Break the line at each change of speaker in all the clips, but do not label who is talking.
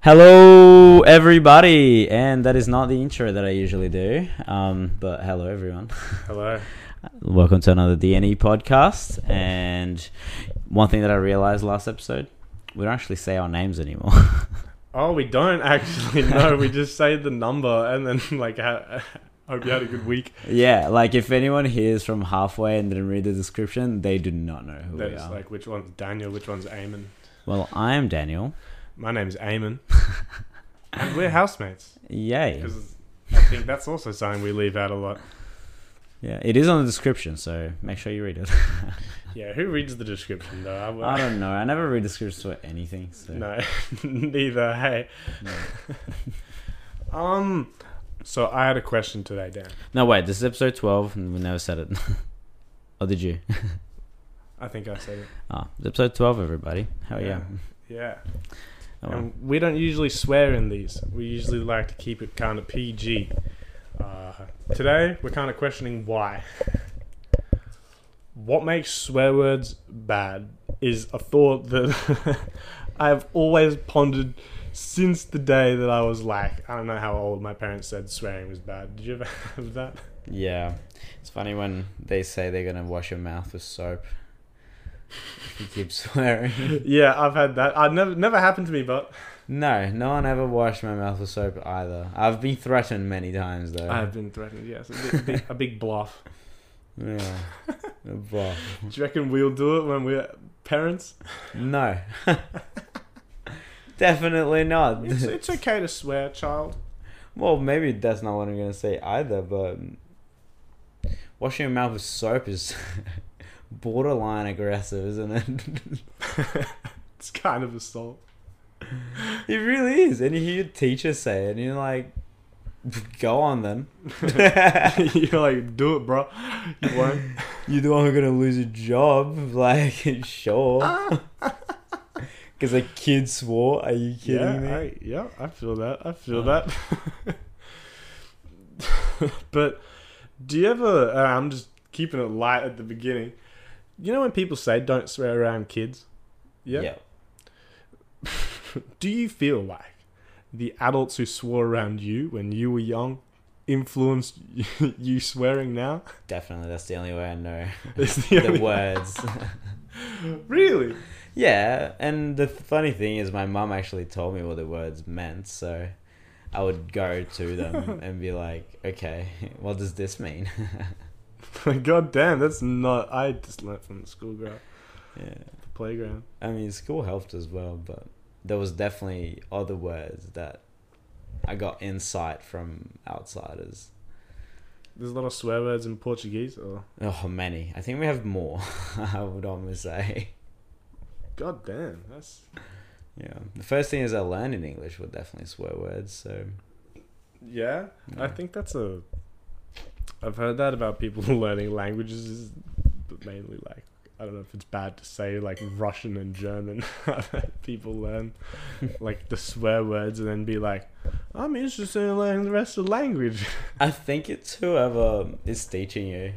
Hello, everybody, and that is not the intro that I usually do, um, but hello, everyone.
Hello.
Welcome to another DNE podcast. And one thing that I realized last episode, we don't actually say our names anymore.
Oh, we don't actually. No, we just say the number and then like. Ha- Hope you had a good week.
yeah, like if anyone hears from halfway and didn't read the description, they do not know who
Then
we
it's
are.
like which one's Daniel, which one's Eamon.
well, I am Daniel.
My name's Eamon. and we're housemates
Yay.
because I think that's also something we leave out a lot.
Yeah, it is on the description, so make sure you read it.
Yeah, who reads the description though? I,
I
would
don't know. I never read descriptions for anything. So.
no, neither. Hey.
No.
Um. So I had a question today, Dan.
No, wait. This is episode twelve, and we never said it. or did you?
I think I said it.
Ah, it's episode twelve, everybody. Hell yeah!
Yeah.
Oh, well.
And we don't usually swear in these. We usually like to keep it kind of PG. Uh, today, we're kind of questioning why. What makes swear words bad is a thought that I have always pondered since the day that I was like, I don't know how old my parents said swearing was bad. Did you ever have that?
Yeah, it's funny when they say they're gonna wash your mouth with soap. if you keep swearing.
yeah, I've had that. I never never happened to me, but
no, no one ever washed my mouth with soap either. I've been threatened many times though.
I have been threatened. Yes, a big, big, a big bluff.
Yeah. Well,
Do you reckon we'll do it when we're parents?
no. Definitely not.
It's, it's okay to swear, child.
Well, maybe that's not what I'm gonna say either, but washing your mouth with soap is borderline aggressive, isn't it?
It's kind of assault.
it really is. And you hear your teacher say it, and you're like, "Go on then."
You're like, do it, bro. You won't.
You're the one who's gonna lose your job. Like, sure. Because a kid swore. Are you kidding
yeah,
me?
I, yeah, I feel that. I feel
Uh.
that. but do you ever? Uh, I'm just keeping it light at the beginning. You know when people say don't swear around kids. Yeah. Do you feel like the adults who swore around you when you were young influenced you swearing now?
definitely. That's the only way I know
It's the
the
only-
words.
Really?
Yeah, and the th- funny thing is, my mum actually told me what the words meant, so I would go to them and be like, "Okay, what does this mean?"
God damn, that's not. I just learnt from the school girl,
yeah,
the playground.
I mean, school helped as well, but there was definitely other words that I got insight from outsiders.
There's a lot of swear words in Portuguese. Or
Oh, many. I think we have more. I would almost say.
God damn, that's
Yeah, the first thing is I learned in English were definitely swear words. So
yeah. I
Yeah.
think that's a. I've heard that about people learning languages, is but mainly like I don't know if it's bad to say like Russian and German. I've heard people learn like the swear words and then be like, I'm interested in learning the rest of the language.
I think it's whoever is teaching you,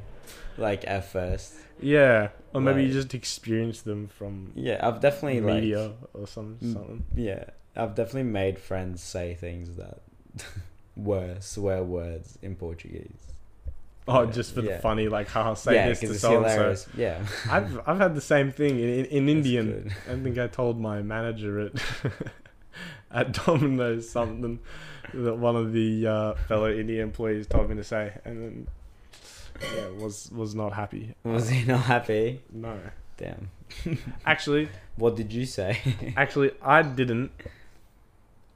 like at first.
yeah, or maybe you
Right.
just experience them from
Yeah, I've definitely
media
like
or some
Mm.
something.
yeah, I've definitely made friends say things that were swear words in Portuguese.
Oh,
Yeah,
just for
yeah.
the funny, like, haha, say
yeah,
this to
it's
so and so.
hilarious. Yeah,
I've I've had the same thing in, in, in Indian.
good.
I think I told my manager at at Domino's something that one of the uh, fellow Indian employees told me to say, and then yeah, was was not happy.
was he not happy?
No,
Damn.
actually,
What did you say?
actually, I didn't.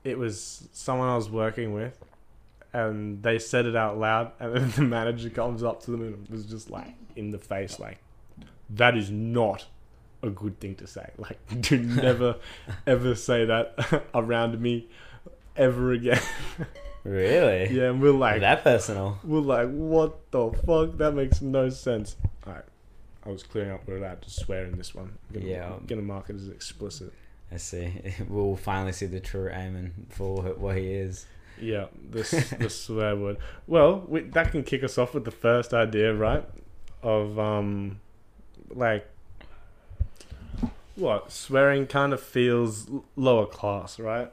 It was someone I was working with, and they said it out loud, and then the manager comes up to them and was just like in the face, like, "That is not a good thing to say. Like, do never, ever say that around me, ever again."
really?
yeah, and we're like,
that personal.
we're like, what the fuck? That makes no sense. All right. I was clearing up. We're allowed to swear in this one. I'm gonna,
Yeah.
gonna mark it as explicit.
I see. We'll finally see the true Eamon for wh- what he is.
Yeah, this the swear word. Well, we, that can kick us off with the first idea, right? Of um, like what swearing kind of feels l- lower class, right?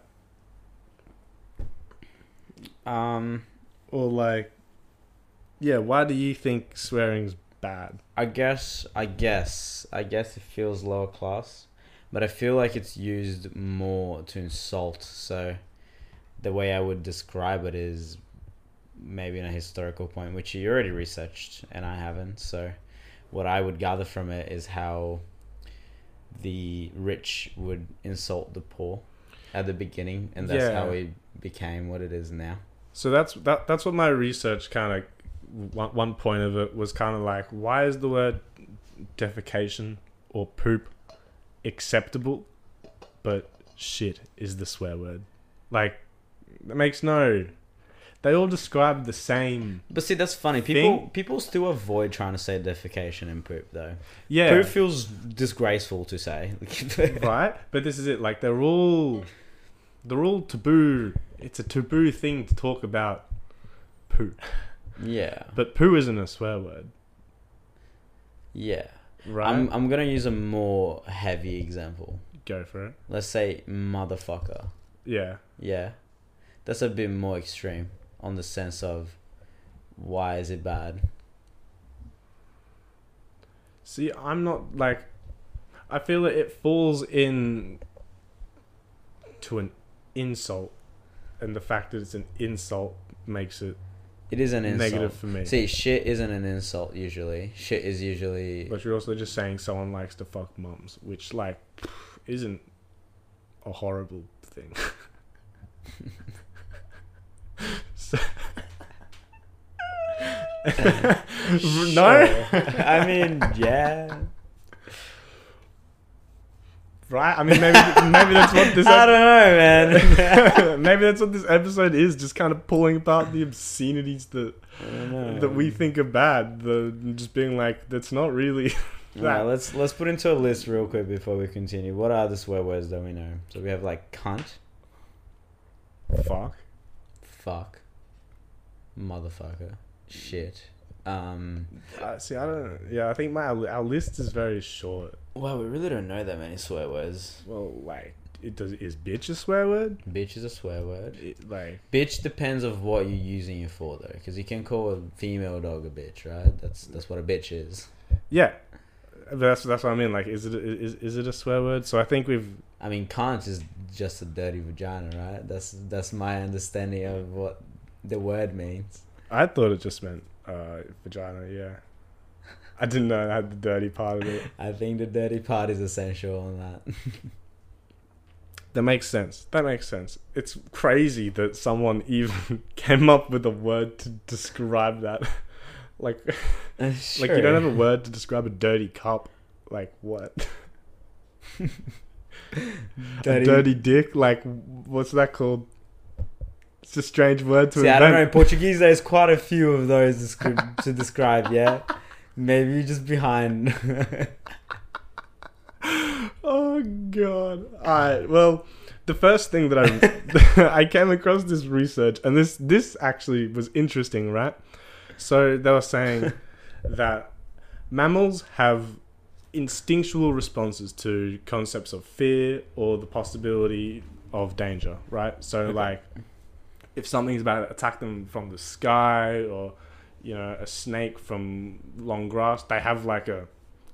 Um,
Or like, yeah, why do you think swearing's bad?
I guess, I guess, I guess it feels lower class, but I feel like it's used more to insult. So, the way I would describe it is maybe in a historical point, which you already researched and I haven't. So, what I would gather from it is how the rich would insult the poor at the beginning, and that's
Yeah.
how it became what it is now.
So that's that. That's what my research kind of one, one point of it was kind of like, why is the word defecation or poop acceptable, but shit is the swear word? Like, that makes no. They all describe the same.
But see, that's funny. People
Thing-
people still avoid trying to say defecation and poop though.
Yeah.
Poop feels disgraceful to say.
right? But this is it. Like they're all, they're all taboo. It's a taboo thing to talk about poo,
yeah,
but poo isn't a swear word,
yeah.
right?
I'm I'm gonna use a more heavy example.
Go for it.
Let's say motherfucker.
Yeah,
Yeah, that's a bit more extreme on the sense of why is it bad?
See, I'm not like. I feel that it falls in to an insult, and the fact that it's an insult makes it
It is an insult.
negative for me.
See, shit isn't an insult usually. Shit is usually
But you're also just saying someone likes to fuck mums, which like isn't a horrible thing. So- no,
Sure. I mean, yeah.
right? I mean, maybe maybe that's what this.
I don't know, man.
ep- maybe that's what this episode is, just kind of pulling apart the obscenities that
I don't know.
that we think are bad. The just being like, that's not really.
All right, let's let's put into a list real quick before we continue. What are the swear words that we know? So we have like cunt,
Fuck.
fuck, motherfucker, shit. Um,
Uh, see, I don't. Yeah, I think my our list is very short.
well, we really don't know that many swear words.
Well, like, it does is bitch a swear word?
Bitch is a swear word.
It, like,
Bitch depends of what you're using it for though, because you can call a female dog a bitch, right? That's that's what a bitch is.
yeah, but that's that's what I mean. Like, is it is is it a swear word? So I think we've
I mean, cunt is just a dirty vagina, right? That's that's my understanding of what the word means.
I thought it just meant uh, vagina. Yeah, I didn't know it had the dirty part of it.
I think the dirty part is essential on that.
That makes sense. That makes sense. It's crazy that someone even came up with a word to describe that. like, like you don't have a word to describe a dirty cup. Like what?
dirty.
A dirty dick? Like what's that called? It's a strange word to
See, I
invent.
don't know. In Portuguese, there's quite a few of those descri- to describe. Yeah, maybe you're just behind. Mm-hmm.
Oh god. Alright, well, the first thing that I I came across this research and this this actually was interesting, right? So they were saying that mammals have instinctual responses to concepts of fear or the possibility of danger, right? So
Okay.
like if something's about to attack them from the sky or you know, a snake from long grass, they have like a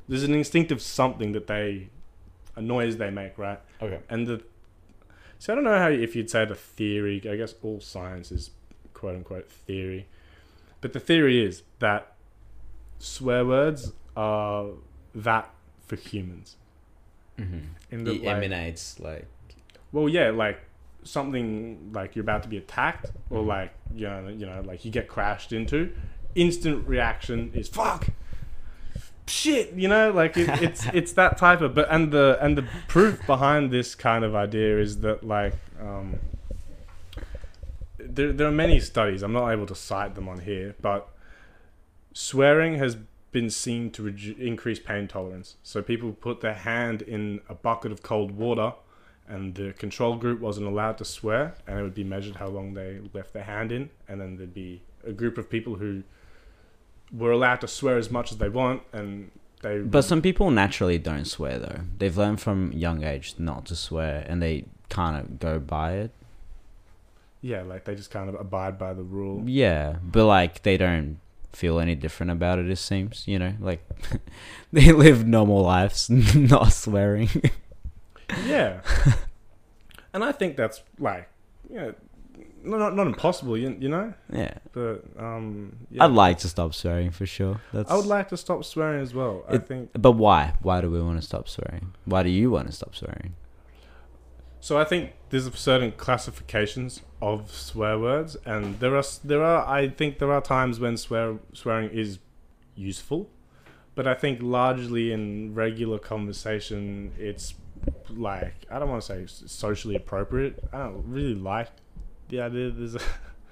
there's an instinctive something that they a noise they make, right?
okay.
And the so I don't know how if you'd say the theory. I guess all science is quote unquote theory, but the theory is that swear words are that for humans.
Mm-hmm.
In
It
like-
emanates like
well, yeah, like something like you're about to be attacked, or like you know, you know, like you get crashed into. Instant reaction is fuck, shit. You know, like it, it's it's that type of. But and the and the proof behind this kind of idea is that like. Um, there, there are many studies. I'm not able to cite them on here, but swearing has been seen to redu- increase pain tolerance. So people put their hand in a bucket of cold water, and the control group wasn't allowed to swear, and it would be measured how long they left their hand in, and then there'd be a group of people who were allowed to swear as much as they want, and they.
But some people naturally don't swear though. They've learned from young age not to swear, and they kind of go by it.
Yeah, like they just kind of abide by the rule.
Yeah, but like they don't feel any different about it. It seems, you know, like they live normal lives, not swearing.
Yeah. and I think that's like, yeah, no- not not impossible, you, you know.
Yeah.
But um, yeah.
I'd like to stop swearing for sure. That's.
I would like to stop swearing as well. I
It-
think
But why? Why do we want to stop swearing? Why do you want to stop swearing?
so. I think there's certain classifications of swear words, and there are s- there are I think there are times when swear swearing is useful, but I think largely in regular conversation, it's like I don't want to say s- socially appropriate. I don't really like the idea. There's a,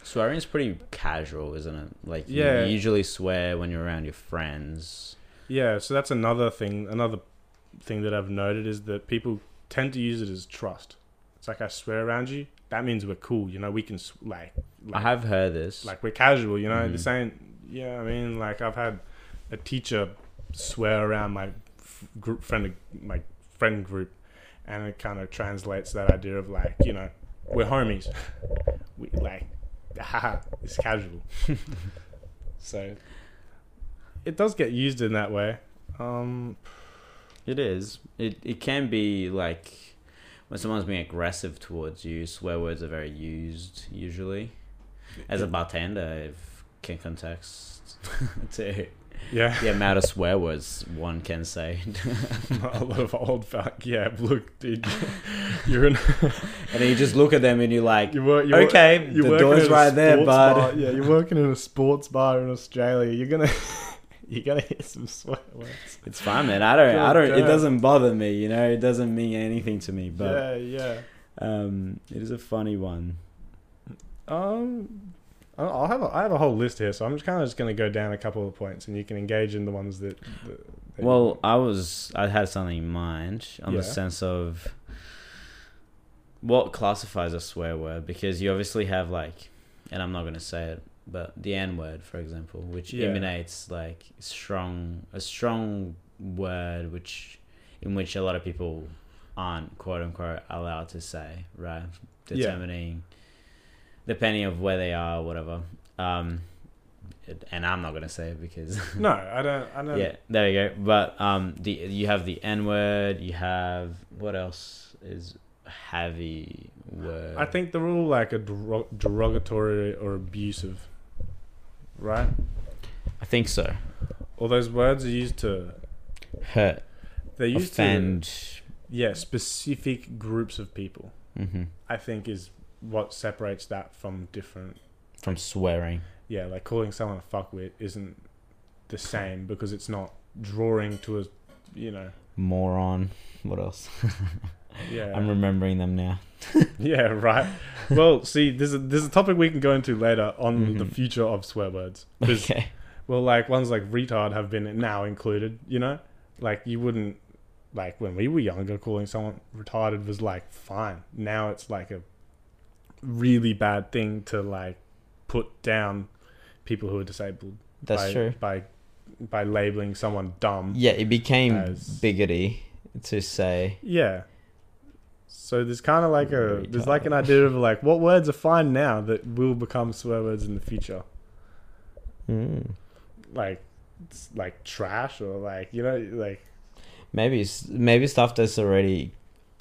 Swearing is pretty casual, isn't it? Like,
you Yeah.
usually swear when you're around your friends.
Yeah, so that's another thing. Another thing that I've noted is that people tend to use it as trust. It's like I swear around you. That means we're cool. You know, we can s- like
I
like,
have heard this.
like we're casual. You know,
Mhm.
this ain't. You know what I mean? Like I've had a teacher swear around my f- group friend my friend group, and it kind of translates that idea of like you know we're homies. we like haha, it's casual. so it does get used in that way. Um,
It is. It it can be like when someone's being aggressive towards you, swear words are very used usually. As a bartender, if can context to
Yeah.
the amount of swear words one can say,
a lot of old fuck. Yeah, look, dude, you're in.
and then you just look at them and you're like,
You work, you work-
"Okay,
you
the
working
door's
in a
right there,
sports
bud."
bar- Yeah, you're working in a sports bar in Australia. You're gonna, you're gonna hear some swear words.
It's fine, man. I don't, I don't. It
Goddamn.
doesn't bother me, you know. It doesn't mean anything to me, but
yeah, yeah.
um, it is a funny one.
Um, I- I'll have a, I have a whole list here, so I'm just kind of just gonna go down a couple of points, and you can engage in the ones that. that, that
Well, I was I had something in mind on the
Yeah.
sense of what classifies a swear word because you obviously have like and I'm not going to say it but the n word for example which
Yeah.
emanates like strong a strong word which in which a lot of people aren't quote unquote allowed to say right
Yeah.
determining depending of where they are whatever um it- and I'm not going to say it because
no, I don't. I don't.
yeah, there you go. But um, the you have the N word. You have what else is heavy word?
I think they're all like a derog- derogatory or abusive, right?
I think so.
All those words are used to
Hurt,
they used
offend.
to yeah specific groups of people
Mm-hmm.
i think is what separates that from different
From swearing.
yeah like calling someone a fuckwit isn't the same because it's not drawing to a you know
Moron. What else?
yeah
I'm remembering them now.
yeah right well see there's a there's a topic we can go into later on the
Mhm.
future of swear words 'Cause,
Okay.
well like ones like retard have been now included you know like you wouldn't like when we were younger calling someone retarded was like fine now it's like a really bad thing to like put down people who are disabled
That's
by,
true.
by by labeling someone dumb yeah,
Yeah, it became
As-
bigoty to say.
so there's kind of like a there's like an
Retard.
idea of like what words are fine now that will become swear words in the future
Mm.
like it's like trash or like you know like
Maybe it's maybe stuff that's already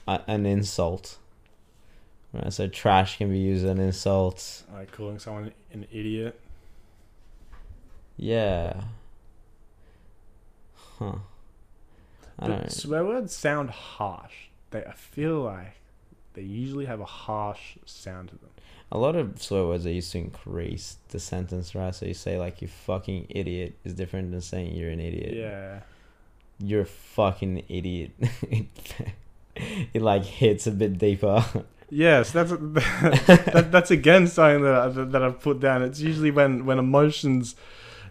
a, an insult. Right, so trash can be used as an insult.
like calling someone an idiot.
Yeah. Huh. I
But
don't.
swear words sound harsh. They I feel like they usually have a harsh sound to them.
A lot of swear words are used to increase the sentence, right? So you say like "you fucking idiot" is different than saying "you're an idiot."
Yeah.
You're a fucking idiot. it, it like hits a bit deeper.
Yes, that's that, that's again something that I, that I've put down. It's usually when when emotions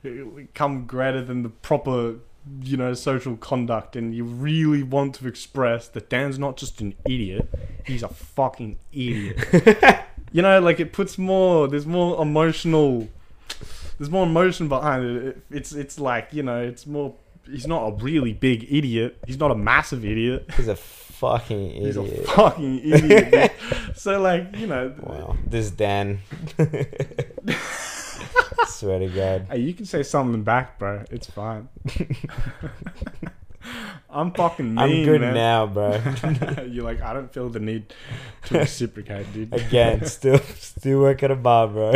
uh, come greater than the proper you know social conduct and you really want to express that Dan's not just an idiot, he's a fucking idiot. you know, like it puts more there's more emotional there's more emotion behind it. it. It's it's like, you know, it's more he's not a really big idiot. He's not a massive idiot.
He's a fucking
He's
idiot.
a fucking idiot. dude. so like you know,
wow. This Dan. Swear to God.
hey, you can say something back, bro. It's fine. I'm fucking mean,
I'm good
man.
now, bro.
You're like, I don't feel the need to reciprocate, dude.
Again, still still work at a bar, bro.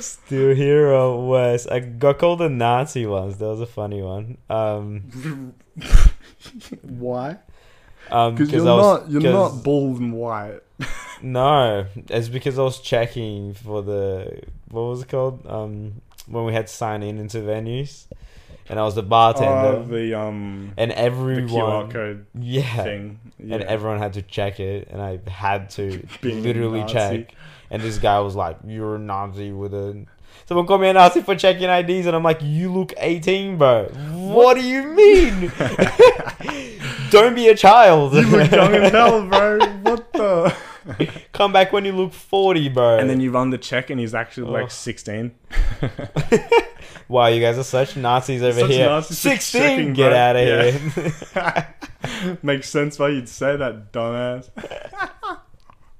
still here or worse. I got called a Nazi once. That was a funny one. Um,
Why?
um,
Because you're
I was-
not you're
'cause-
not bald and white.
No, it's because I was checking for the what was it called? Um, when we had to sign in into venues, and I was the bartender,
Oh, the um
and
the
everyone,
QR code
yeah,
thing. Yeah.
and everyone had to check it, and I had to
Being
literally
Nazi.
check. And this guy was like, "You're a Nazi with a." Someone called me a Nazi for checking IDs, and I'm like, "You look 18, bro. What do you mean? Don't be a child.
You look young as hell, bro. What the?
Come back when you look 40, bro."
And then you run the check, and he's actually
Oh.
like 16.
Wow, you guys are such Nazis over
Such
here.
Nazis for
16,
checking,
get
bro.
out of
Yeah.
here.
Makes sense why you'd say that, dumbass.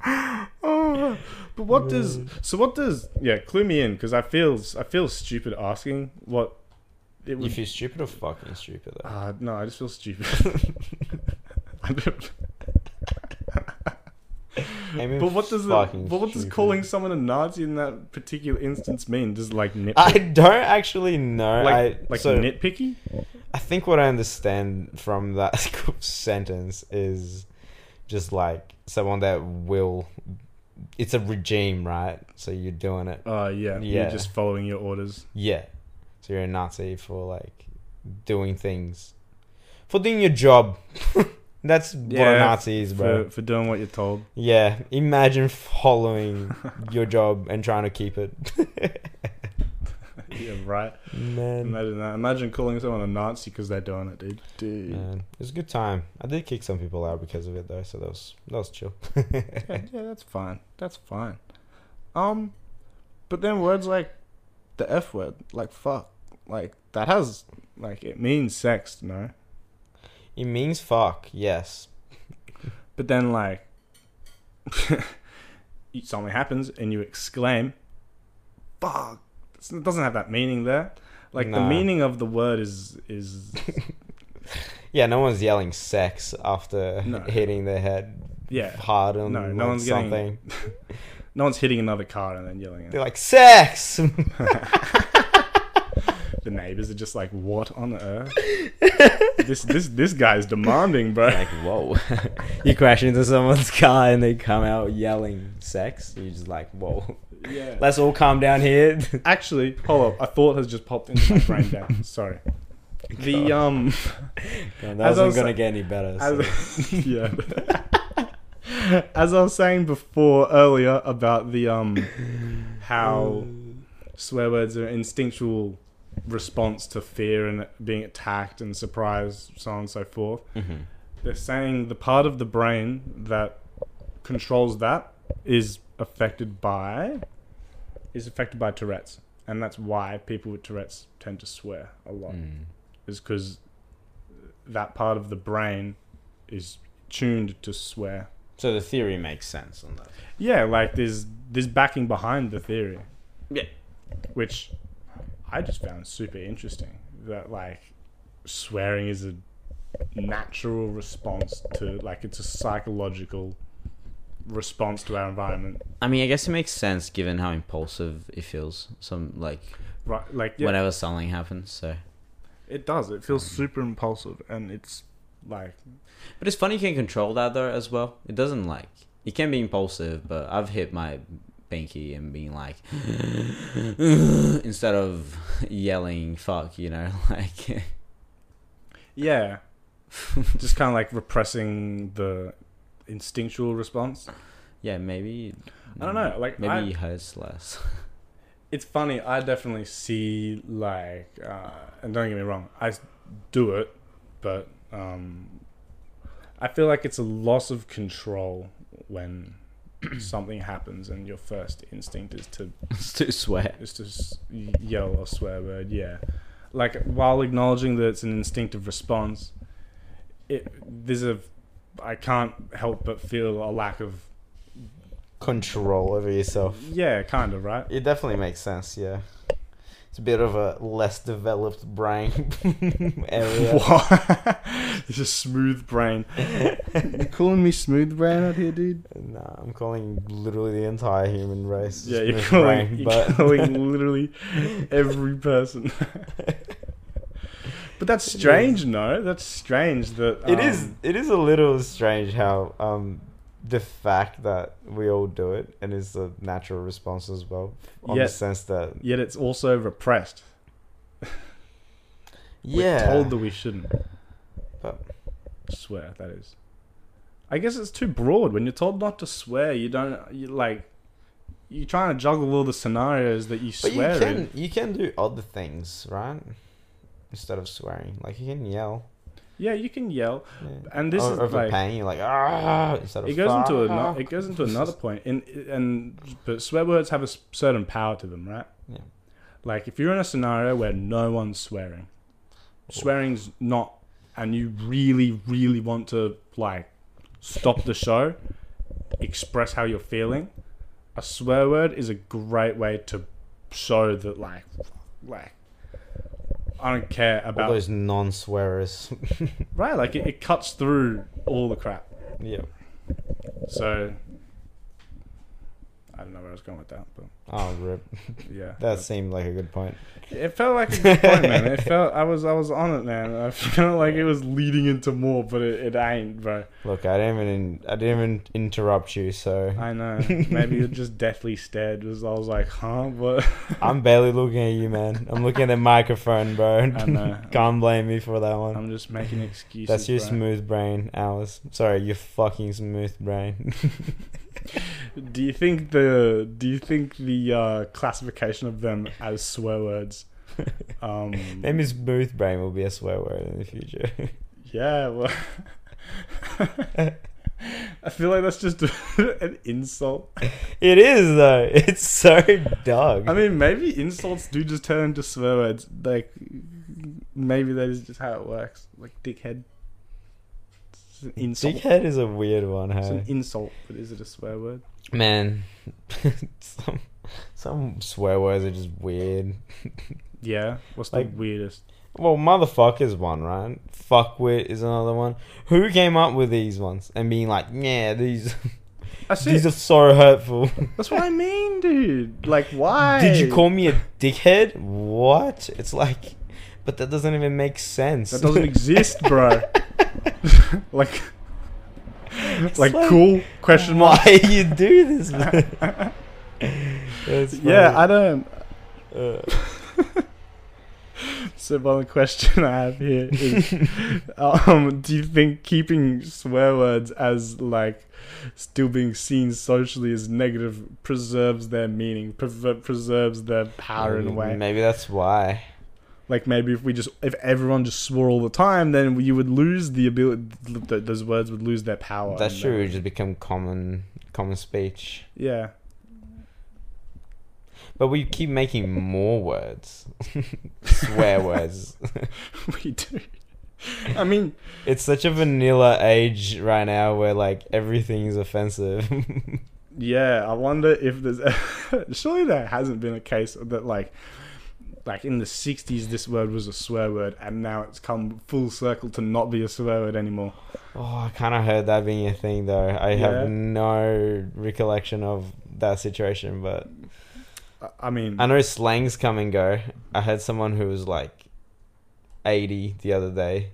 oh, but what does so? What does yeah? Clue me in because I feel I feel stupid asking what it
you
would.
feel stupid or fucking stupid, though.
Uh, no, I just feel stupid. I don't-
I mean,
but what does the,
fucking
but what does
stupid.
calling someone a Nazi in that particular instance mean? Does like nitpick,
I don't actually know.
like
I,
like
so
nitpicky?
I think what I understand from that sentence is just like someone that will. It's a regime, right? So you're doing it.
Uh, yeah,
Yeah.
you're just following your orders.
Yeah. So you're a Nazi for like doing things, for doing your job. That's what a
Yeah,
Nazi is, bro.
For, for doing what you're told.
Yeah, imagine following your job and trying to keep it.
Yeah, right.
Man,
Imagine that. Imagine calling someone a Nazi because they're doing it, dude. Dude.
man, it was a good time. I did kick some people out because of it though, so that was that was chill.
Yeah, yeah, that's fine. That's fine. Um, but then words like the F word, like fuck, like that has like it means sex, no.
It means fuck, yes.
But then like something happens and you exclaim, "Fuck!" It's- It doesn't have that meaning there. Like the
Nah.
meaning of the word is is
Yeah, no one's yelling sex after
No.
hitting their head
yeah.
hard on
No, no
like,
one's getting-
something.
No one's hitting another car and then yelling. At
They're like sex.
the neighbors are just like, "What on earth?" this this this guy's demanding, bro.
like whoa, you crash into someone's car and they come out yelling sex. You're just like whoa.
Yeah.
Let's all calm down here.
Actually, hold up. A thought has just popped into my brain now. Sorry. The um,
that
As I
wasn't
was-
gonna get any better. so-
as, yeah. As I was saying before earlier about the um, how swear words are an instinctual response to fear and being attacked and surprise, so on and so forth.
Mhm.
They're saying the part of the brain that controls that is affected by is affected by Tourette's, and that's why people with Tourette's tend to swear a lot
Mm.
is because that part of the brain is tuned to swear.
So the theory makes sense on that.
Yeah, like there's there's backing behind the theory.
Yeah.
Which I just found super interesting that like swearing is a natural response to like it's a psychological response to our environment.
I mean, I guess it makes sense given how impulsive it feels. Some like
Right like yeah,
whenever something happens. So,
it does. It feels super impulsive and it's like
but it's funny you can control that though as well. It doesn't like it can be impulsive, but I've hit my pinky and being like instead of yelling "fuck," you know, like
Yeah. just kind of like repressing the instinctual response.
yeah, maybe
I don't know. Like,
Maybe
I-
it hurts less.
it's funny. I definitely see like, uh, and don't get me wrong, I s- do it, but um, I feel like it's a loss of control when something happens and your first instinct is to
It's too swear.
is to s- yell a swear word. Yeah, like while acknowledging that it's an instinctive response, it there's a I can't help but feel a lack of
Control over yourself.
yeah, kind of right.
It definitely makes sense, yeah. It's a bit of a less developed brain area.
What? it's a smooth brain. you calling me smooth brain out here, dude?
Nah, uh, I'm calling literally the entire human race.
Yeah, you're
smooth
calling,
brain,
you're
but
calling literally every person. but that's strange, no? That's strange that
it is
um,
it is a little strange how um the fact that we all do it and it's a natural response as well. On
Yet-
the sense that
Yet it's also repressed. We're
yeah,
told that we shouldn't.
But-
swear that is. I guess it's too broad. When you're told not to swear, you don't. You like. You're trying to juggle all the scenarios that you
but you
swear in.
can you can do other things, right? Instead of swearing, like you can yell.
Yeah, you can yell.
Yeah.
And this
or,
is
over
like-
pain, you're like ah. Instead of
it goes into
"Fuck."
another. It goes into another point, and and but swear words have a s- certain power to them, right?
Yeah.
Like if you're in a scenario where no one's swearing, swearing's not, and you really, really want to like stop the show, express how you're feeling. A swear word is a great way to show that like, like, I don't care
All
about
those non-swearers.
right. Like it, it cuts through all the crap.
yeah.
So I don't know where I was going with that, but
Oh, rip.
yeah,
That seemed like a good point.
it felt like a good point, man. It felt I was I was on it, man. I felt like it was leading into more, but it, it ain't, bro.
Look, I didn't even I didn't even interrupt you, so
I know. Maybe you just deathly stared. Was I was like, huh? What?
I'm barely looking at you, man. I'm looking at the microphone, bro.
I know.
Can't blame me for that one.
I'm just making excuses.
That's your
bro.
smooth brain, Alice. Sorry, your fucking smooth brain.
Do you think the Do you think the uh, classification of them as swear words? Um,
Maybe smooth brain will be a swear word in the future.
Yeah, well, I feel like that's just an insult.
it is though. It's so dog.
I mean, maybe insults do just turn into swear words. Like, maybe that is just how it works. Like, dickhead. It's an insult.
dickhead is a weird one,
It's
hey.
an insult, but is it a swear word?
Man, some some swear words are just weird.
Yeah. What's
Like-
the weirdest?
Well, motherfucker is one, right? Fuckwit is another one. Who came up with these ones and being like, yeah, these
That's
these
it.
are so hurtful.
That's what I mean, dude. Like, why?
Did you call me a dickhead? What? It's like, but that doesn't even make sense.
That doesn't exist, bro. like, like,
like,
cool? Question mark.
Why you do this? man? That's
Yeah, I
funny.
don't.
Uh,
So one question I have here is, um, do you think keeping swear words as like still being seen socially as negative preserves their meaning, prever- preserves their power in a way?
Maybe that's why.
Like maybe if we just if everyone just swore all the time, then you would lose the ability. Th- those words would lose their power.
That
and
shit would
their-
just become common common speech.
Yeah.
But we keep making more words, swear words.
we do. I mean,
It's such a vanilla age right now where like everything is offensive.
Yeah, I wonder if there's surely there hasn't been a case that like like in the 60s this word was a swear word and now it's come full circle to not be a swear word anymore.
Oh, I kind of heard that being a thing though. I
Yeah.
have no recollection of that situation, but
I, I mean,
I know slangs come and go. I heard someone who was like 80 the other day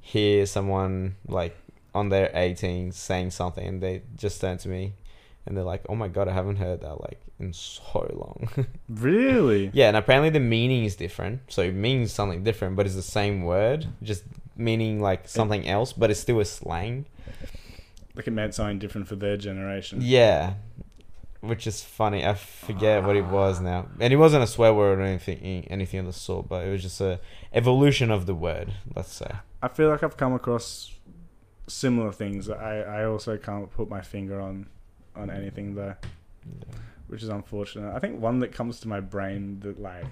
hear someone like on their 18 saying something and they just turned to me and they're like, "Oh my god, I haven't heard that like in so long."
really?
yeah, and apparently the meaning is different. So it means something different, but it's the same word, just meaning like something else, but it's still a slang.
Like it meant something different for their generation.
Yeah. Which is funny. I forget what it was now. And it wasn't a swear word or anything anything of the sort, but it was just a evolution of the word, let's say.
I feel like I've come across similar things that I I also can't put my finger on. on anything though,
Yeah.
which is unfortunate. I think one that comes to my brain that like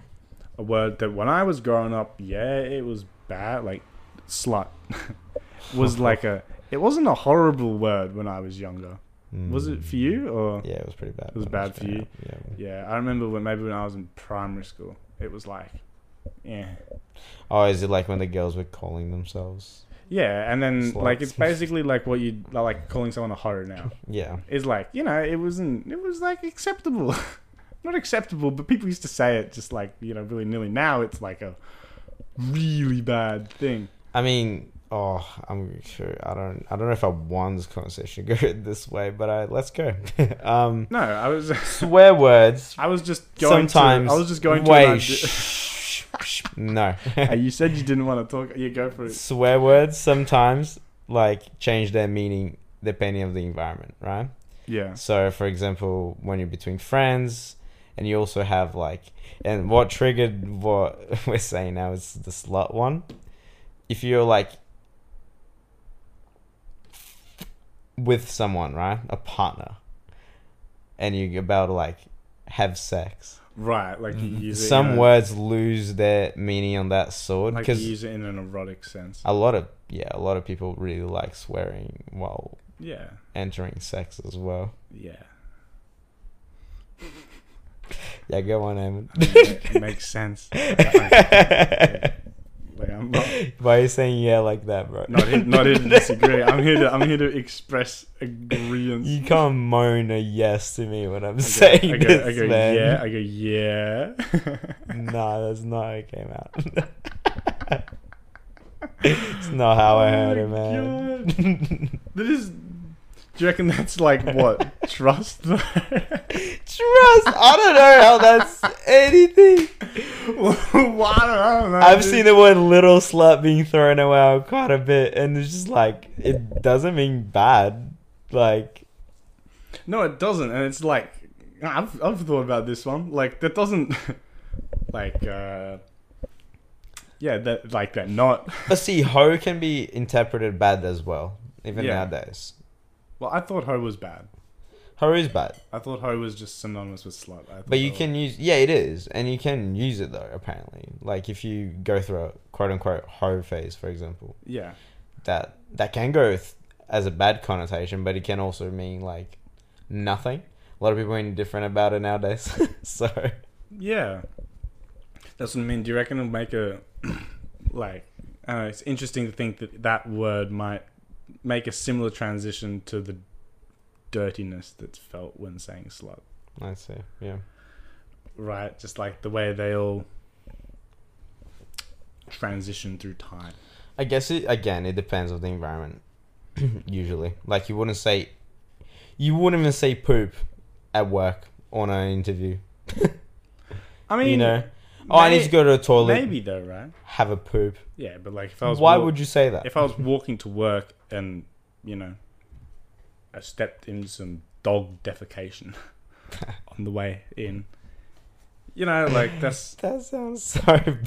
a word that when I was growing up, yeah, it was bad. Like slut was like a. It wasn't a horrible word when I was younger. Was it for you or?
Mm. Yeah, it was pretty bad.
It was
when I
bad for
growing
you?
up, Yeah.
Yeah, I remember when maybe when I was in primary school, it was like, eh. yeah,
Oh, is it like when the girls were calling themselves?
yeah, and then like
Sluts.
it's basically like what you like calling someone a horror now
Yeah.
is like you know it wasn't it was like acceptable, not acceptable, but people used to say it just like you know really nilly. Now it's like a really bad thing.
I mean, oh, I'm sure. I don't. I don't know if I want this conversation to go this way, but I let's go. um,
No, I was
swear words.
I was just going
sometimes.
To, I was just going
Wait.
to. an idea-
shh, shh, no.
Hey, you said you didn't want to talk. You go for it.
swear words sometimes like change their meaning depending on the environment, right?
Yeah.
So, for example, when you're between friends, and you also have like, and what triggered what we're saying now is the slut one. If you're like with someone, right, a partner, and you're about to like have sex,
Right. Like you use it.
some
in a-
words lose their meaning on that sword
Like you
because
use it in an erotic sense.
a lot of yeah, a lot of people really like swearing while
Yeah.
entering sex as well.
Yeah.
Yeah, go on, Eamon.
I mean, it it makes sense. like I'm not,
Why are you saying yeah like that, bro?
not, here, not here to disagree. I'm here to I'm here to express agreement.
You can't moan a yes to me when I'm
I
saying
go,
this,
I go
man.
yeah. I go yeah.
Nah, that's not how it came out. it's not how I heard
Oh
it,
my
man.
God. That is. Do you reckon that's like what trust? though?
Trust. I don't know how that's anything.
Well, I don't know.
I've
dude.
seen the word little slut being thrown around quite a bit, and it's just like it doesn't mean bad. Like
No, it doesn't, and it's like I've I've thought about this one. Like that doesn't like uh yeah that like that not.
But see, hoe can be interpreted bad as well, even
Yeah.
nowadays.
Well, I thought hoe was bad.
Hoe is bad,
I thought hoe was just synonymous with slut. I thought
but you
that
can use yeah, it is, and you can use it though. Apparently, like if you go through a quote unquote hoe phase, for example,
was- yeah
that that can go th- as a bad connotation, but it can also mean like nothing. A lot of people are indifferent about it nowadays, so
yeah. That's what I mean. Do you reckon it'll make a like? I don't know, it's interesting to think that that word might make a similar transition to the dirtiness that's felt when saying slut.
I see. Yeah,
right? Just like the way they all transition through time.
I guess it again. It depends on the environment. Usually, like you wouldn't say, you wouldn't even say poop at work on an interview.
I mean,
you know. Oh, I need to go to the toilet.
Maybe though, right?
have a poop.
Yeah, but like if I was
Why
walk-
would you say that?
if I was walking to work and you know, I stepped in some dog defecation on the way in. You know, like that's
That sounds so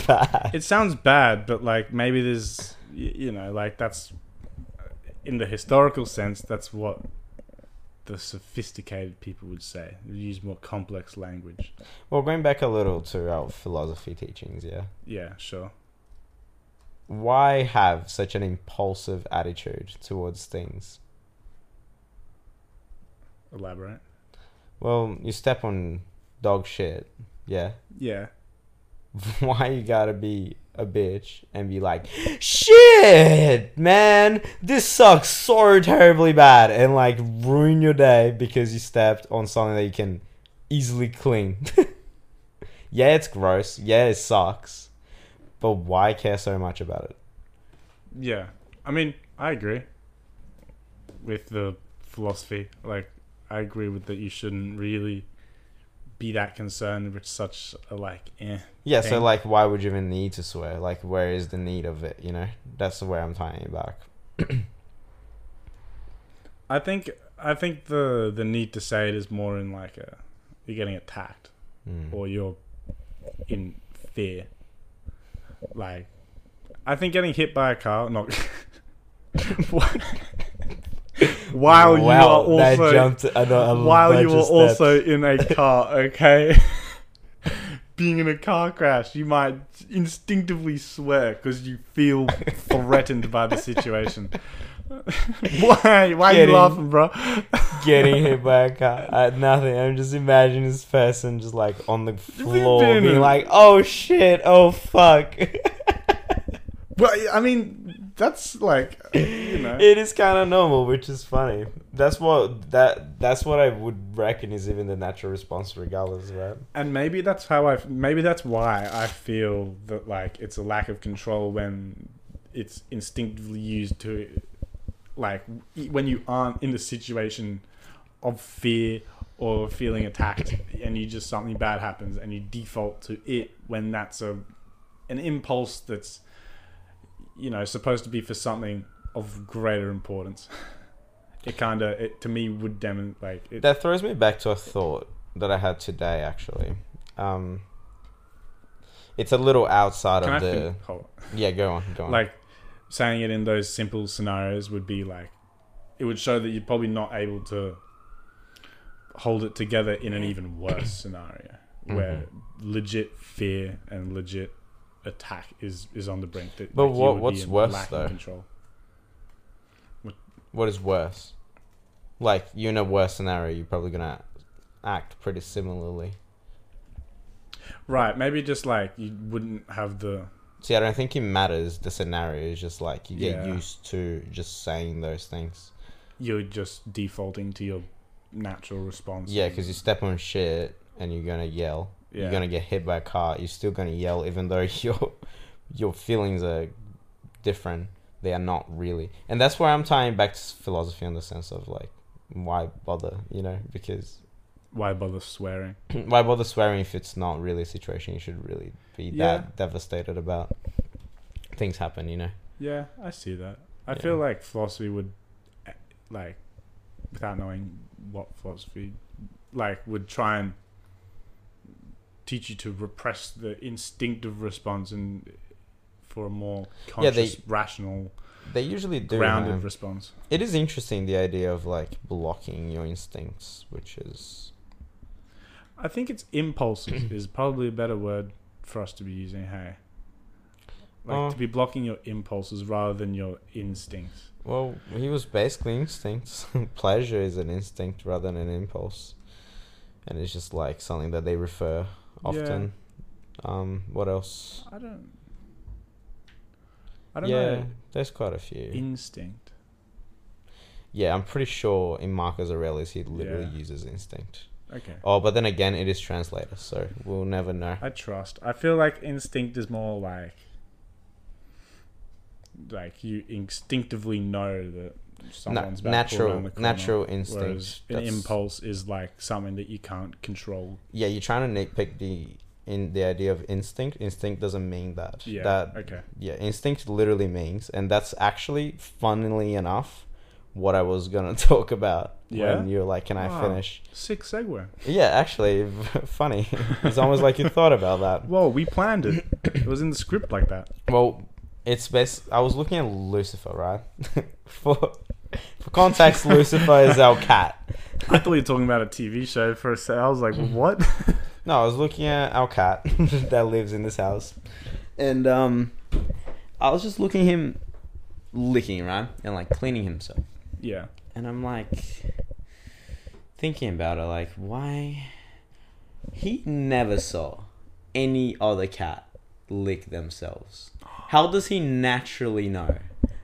bad.
it sounds bad, but like maybe there's y- you know like that's uh, in the historical sense that's what the sophisticated people would say. They use more complex language.
Well, going back a little to our philosophy teachings, yeah.
Yeah, sure.
Why have such an impulsive attitude towards things?
Elaborate.
Well, you step on dog shit, yeah.
Yeah.
Why you gotta be a bitch and be like, shit, man, this sucks so terribly bad, and like ruin your day because you stepped on something that you can easily clean. yeah, it's gross. Yeah, it sucks. But why care so much about it?
Yeah. I mean, I agree with the philosophy. Like, I agree with that. You shouldn't really be that concerned with such a like. Eh.
Yeah, so
Thing.
like, why would you even need to swear? Like, where is the need of it? You know, that's where I'm tying it back.
I think I think the the need to say it is more in like a you're getting attacked
Mm.
or you're in fear. Like, I think getting hit by a car. Not what? while you are
Wow, that
also
jumped a, a
while
bunch
you
of
were
steps.
also in a car, okay? Being in a car crash, you might instinctively swear because you feel threatened by the situation. why? Why are
Kidding.
you laughing, bro?
getting hit by a car. I, nothing. I'm just imagining this person just like on the floor,
been in
being
a-
like, "Oh shit! Oh fuck!"
Well, I mean, that's like, you know,
it is kind of normal, which is funny. That's what that that's what I would reckon is even the natural response, regardless, right?
and maybe that's how I. Maybe that's why I feel that like it's a lack of control when it's instinctively used to, like e, when you aren't in the situation of fear or feeling attacked, and you just something bad happens and you default to it when that's a an impulse that's you know supposed to be for something of greater importance. It kind of, it to me would demonstrate. Like, it,
That throws me back to a thought that I had today, actually. Um, it's a little outside
can I
of the
fin- hold on.
yeah. Go on, go on.
like saying it in those simple scenarios would be like it would show that you're probably not able to hold it together in an even worse scenario where
Mm-hmm.
legit fear and legit attack is is on the brink that
But
you
what-
would be
what's
in
worse,
lack of
though?
control
what is worse? Like you're in a worse scenario, you're probably gonna act pretty similarly.
right maybe just like you wouldn't have the
See, I don't think it matters the scenario. It's just like you get
Yeah.
used to just saying those things.
you're just defaulting to your natural response
Yeah, because you step on shit and you're gonna yell.
Yeah.
You're gonna get hit by a car. You're still gonna yell, even though your your feelings are different. They are not really, and that's where I'm tying back to philosophy in the sense of like, why bother? You know, because
why bother swearing
why bother swearing if it's not really a situation you should really be
Yeah.
that devastated about? Things happen, you know.
Yeah, I see that. I
Yeah.
feel like philosophy would, eh, like, without knowing what philosophy, like, would try and teach you to repress the instinctive response and eh, for a more
Yeah, they-
conscious, rational,
They usually do.
grounded
man.
response.
It is interesting the idea of like blocking your instincts, which is
I think it's impulses is probably a better word for us to be using. Hey, like
Uh.
to be blocking your impulses rather than your instincts.
well, he was basically instincts. Pleasure is an instinct rather than an impulse, and it's just like something that they refer often. Um, what else?
I don't. I don't
yeah,
know.
there's quite a few.
Instinct.
yeah, I'm pretty sure in Marcus Aurelius he literally
Yeah.
uses instinct.
Okay.
Oh, but then again, it is translator, so we'll never know.
I trust. I feel like instinct is more like like you instinctively know that
Na-
someone's about to pull around
natural,
the corner,
natural instinct.
Whereas an
That's-
impulse is like something that you can't control.
yeah, you're trying to nitpick the in the idea of instinct. Instinct doesn't mean that.
Yeah.
That
okay.
yeah, instinct literally means, and that's actually, funnily enough, what I was gonna talk about
Yeah?
when you're like, "Can I
Wow.
finish?"
Sick segue.
Yeah, actually, funny. it's almost like you thought about that.
Whoa, we planned it. it was in the script like that.
Well, it's best. I was looking at Lucifer, right? for for context, Lucifer is our cat.
I thought you were talking about a TV show for a sec. I was like,
Mm.
what?
No, I was looking at our cat that lives in this house, and um, I was just looking him licking right and like cleaning himself,
yeah.
and I'm like thinking about it, like why he never saw any other cat lick themselves. How does he naturally know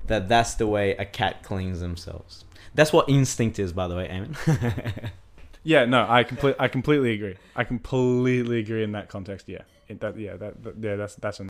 that that's the way a cat cleans themselves? That's what instinct is, by the way, Eamon.
Yeah, no, I complete, I completely agree. I completely agree in that context. Yeah, it, that, yeah, that, that, yeah, that's that's a